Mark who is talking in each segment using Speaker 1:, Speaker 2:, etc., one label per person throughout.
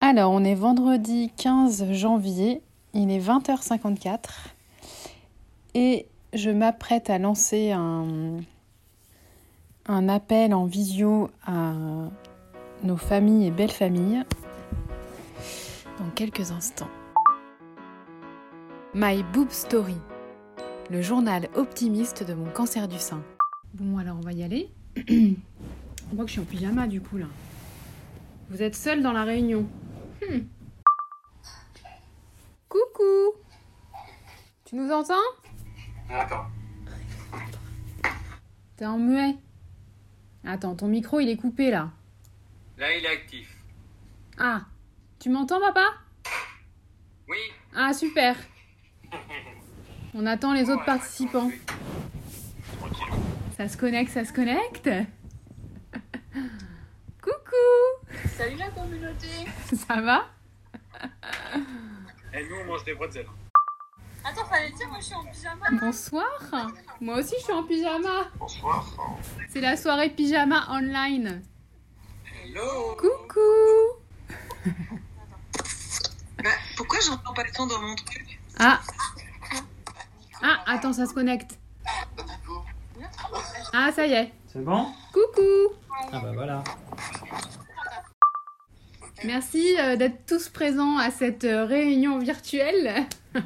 Speaker 1: Alors, on est vendredi 15 janvier, il est 20h54 et je m'apprête à lancer un, un appel en visio à nos familles et belles familles dans quelques instants. My Boob Story, le journal optimiste de mon cancer du sein. Bon, alors on va y aller. on voit que je suis en pyjama du coup là. Vous êtes seul dans la réunion. Hmm. Coucou Tu nous entends
Speaker 2: Attends.
Speaker 1: T'es en muet. Attends, ton micro il est coupé là.
Speaker 2: Là, il est actif.
Speaker 1: Ah Tu m'entends papa
Speaker 2: Oui.
Speaker 1: Ah super On attend les autres participants.
Speaker 2: Tranquillou.
Speaker 1: Ça se connecte, ça se connecte Coucou
Speaker 3: Salut la communauté
Speaker 1: Ça va
Speaker 2: Et nous, on mange des bretzels.
Speaker 3: Attends, fallait dire, moi je suis en pyjama
Speaker 1: Bonsoir Moi aussi je suis en pyjama
Speaker 2: Bonsoir.
Speaker 1: C'est la soirée pyjama online.
Speaker 2: Hello.
Speaker 1: Coucou
Speaker 4: Bah, pourquoi j'entends pas le son dans mon truc
Speaker 1: Ah Ah, attends, ça se connecte. Ah, ça y est.
Speaker 5: C'est bon
Speaker 1: Coucou
Speaker 5: Ah bah voilà.
Speaker 1: Merci euh, d'être tous présents à cette euh, réunion virtuelle.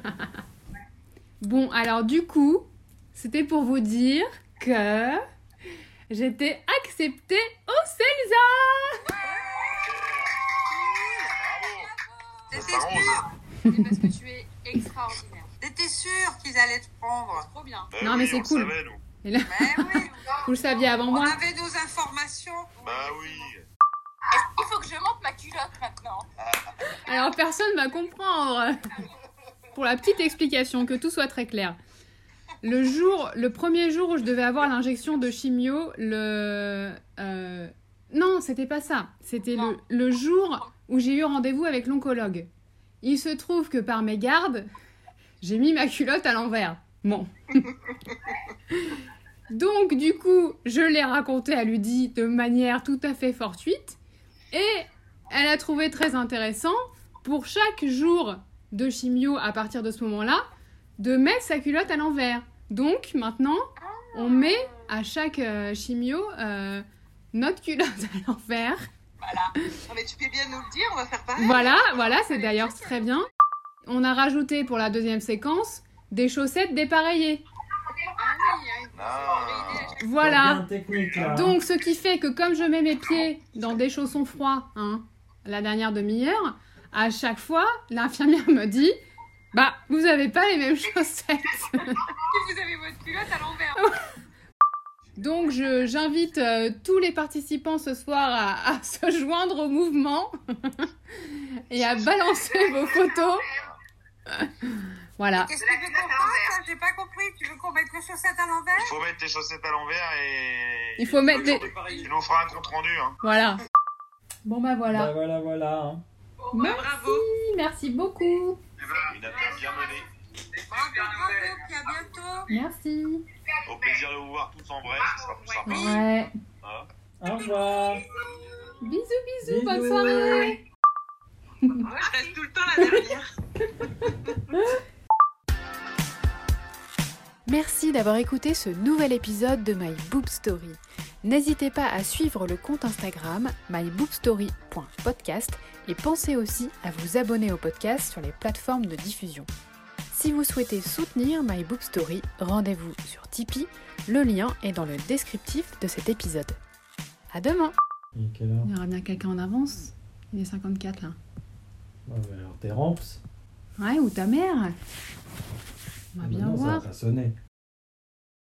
Speaker 1: bon, alors du coup, c'était pour vous dire que j'étais acceptée au CELSA.
Speaker 4: T'étais
Speaker 2: Par
Speaker 4: sûre
Speaker 3: C'est parce que tu es extraordinaire.
Speaker 4: T'étais sûre qu'ils allaient te prendre
Speaker 3: Trop bien.
Speaker 2: Bah
Speaker 1: Non, mais c'est
Speaker 2: on le
Speaker 1: cool.
Speaker 2: savait, nous.
Speaker 4: Bah oui,
Speaker 1: Vous le saviez avant
Speaker 4: on
Speaker 1: moi.
Speaker 4: avait nos informations.
Speaker 2: Bah oui.
Speaker 3: Il faut que je monte ma culotte maintenant.
Speaker 1: Alors personne va comprendre. Pour la petite explication, que tout soit très clair. Le jour, le premier jour où je devais avoir l'injection de chimio, le euh, non, c'était pas ça. C'était le, le jour où j'ai eu rendez-vous avec l'oncologue. Il se trouve que par mes gardes, j'ai mis ma culotte à l'envers. Bon. Donc du coup, je l'ai raconté à Ludie de manière tout à fait fortuite et elle a trouvé très intéressant pour chaque jour de chimio à partir de ce moment-là de mettre sa culotte à l'envers. Donc maintenant, on met à chaque euh, chimio euh, notre culotte à l'envers.
Speaker 4: Non, mais tu peux bien nous le dire, on va faire pareil.
Speaker 1: Voilà, voilà, c'est d'ailleurs très bien. On a rajouté pour la deuxième séquence des chaussettes dépareillées.
Speaker 3: Ah oui, hein,
Speaker 2: Ah.
Speaker 3: bonne idée à chaque-
Speaker 1: Voilà.
Speaker 5: Bien technique là.
Speaker 1: Donc, ce qui fait que comme je mets mes pieds dans des chaussons froids, hein, la dernière demi-heure, à chaque fois, l'infirmière me dit, bah, vous n'avez pas les mêmes chaussettes.
Speaker 3: Si vous avez votre culotte à l'envers.
Speaker 1: Donc, je- j'invite euh, tous les participants ce soir à, à se joindre au mouvement et à balancer vos photos. Voilà.
Speaker 4: Qu'est-ce que tu veux qu'on fasse J'ai pas compris. Tu veux qu'on mette les chaussettes à l'envers
Speaker 2: Il faut mettre les chaussettes à l'envers et.
Speaker 1: Il faut mettre des-
Speaker 2: Il nous fera un compte rendu. Hein.
Speaker 1: Voilà. Bon bah
Speaker 5: Bah
Speaker 1: voilà.
Speaker 5: voilà, voilà. hein.
Speaker 1: Merci,
Speaker 4: Bravo.
Speaker 1: merci beaucoup.
Speaker 2: Il a bien mené.
Speaker 4: Bravo, bravo, puis à bientôt.
Speaker 1: Merci.
Speaker 2: Au plaisir de vous voir tous en vrai. Ce sera plus sympa.
Speaker 1: Ouais.
Speaker 2: hein.
Speaker 5: Au revoir.
Speaker 1: Bisous, bisous, bonne
Speaker 5: Bisous.
Speaker 1: soirée.
Speaker 4: Moi, je reste tout le temps la dernière.
Speaker 1: Merci d'avoir écouté ce nouvel épisode de My Boob Story. N'hésitez pas à suivre le compte Instagram myboobstory.podcast et pensez aussi à vous abonner au podcast sur les plateformes de diffusion. Si vous souhaitez soutenir My Boob Story, rendez-vous sur Tipeee. Le lien est dans le descriptif de cet épisode. À demain
Speaker 5: Il est quelle heure
Speaker 1: Il y aura bien quelqu'un en avance. Il est 54 là.
Speaker 5: Ouais, bah alors, t'es ramps.
Speaker 1: Ouais, ou ta mère On va
Speaker 5: Ah,
Speaker 1: bien
Speaker 5: maintenant,
Speaker 1: voir.
Speaker 5: Ah, Ça va pas sonner.